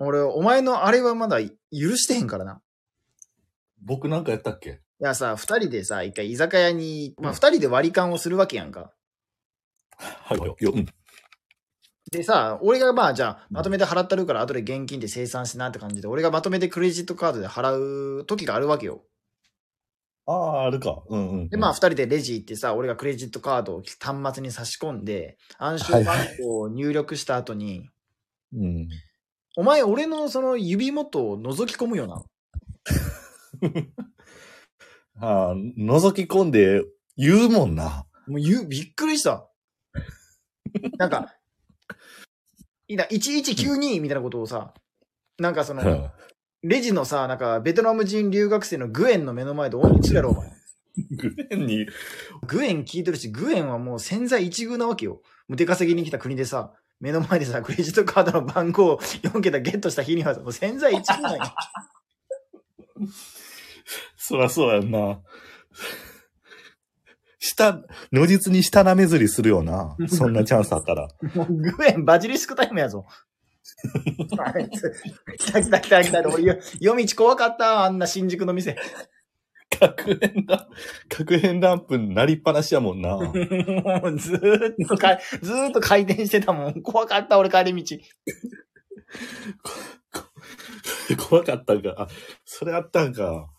俺、お前のあれはまだ許してへんからな。僕なんかやったっけいやさ、二人でさ、一回居酒屋に、まあ二人で割り勘をするわけやんか。はいはい。よ、うん。でさ、俺がまあじゃあ、まとめて払ったるから後で現金で生産しなって感じで、俺がまとめてクレジットカードで払う時があるわけよ。ああ、あるか。うんうん。で、まあ、二人でレジ行ってさ、俺がクレジットカードを端末に差し込んで、暗証番号を入力した後に、うん。お前、俺のその指元を覗き込むよな。ああ、覗き込んで言うもんな。もう言う、びっくりした。なんか、いな、1192みたいなことをさ、なんかその、レジのさ、なんか、ベトナム人留学生のグエンの目の前で同じやろ、お前。 グレンに、グエン聞いてるし、グエンはもう潜在一遇なわけよ。もう出稼ぎに来た国でさ、目の前でさ、ク レジットカードの番号を4桁ゲットした日にはさ、もう潜在一遇なんよ。そらそうやんな。下、如実に下なめずりするよな。そんなチャンスあ ったら。もうグエンバジリスクタイムやぞ。あいつ来た来た来た来た。俺よ夜道怖かった。あんな新宿の店。核変ラン、核変ランプになりっぱなしやもん な。もうずーっとか、ずーっと回転してたもん。怖かった、俺帰り道。怖かったんか。あ、それあったんか。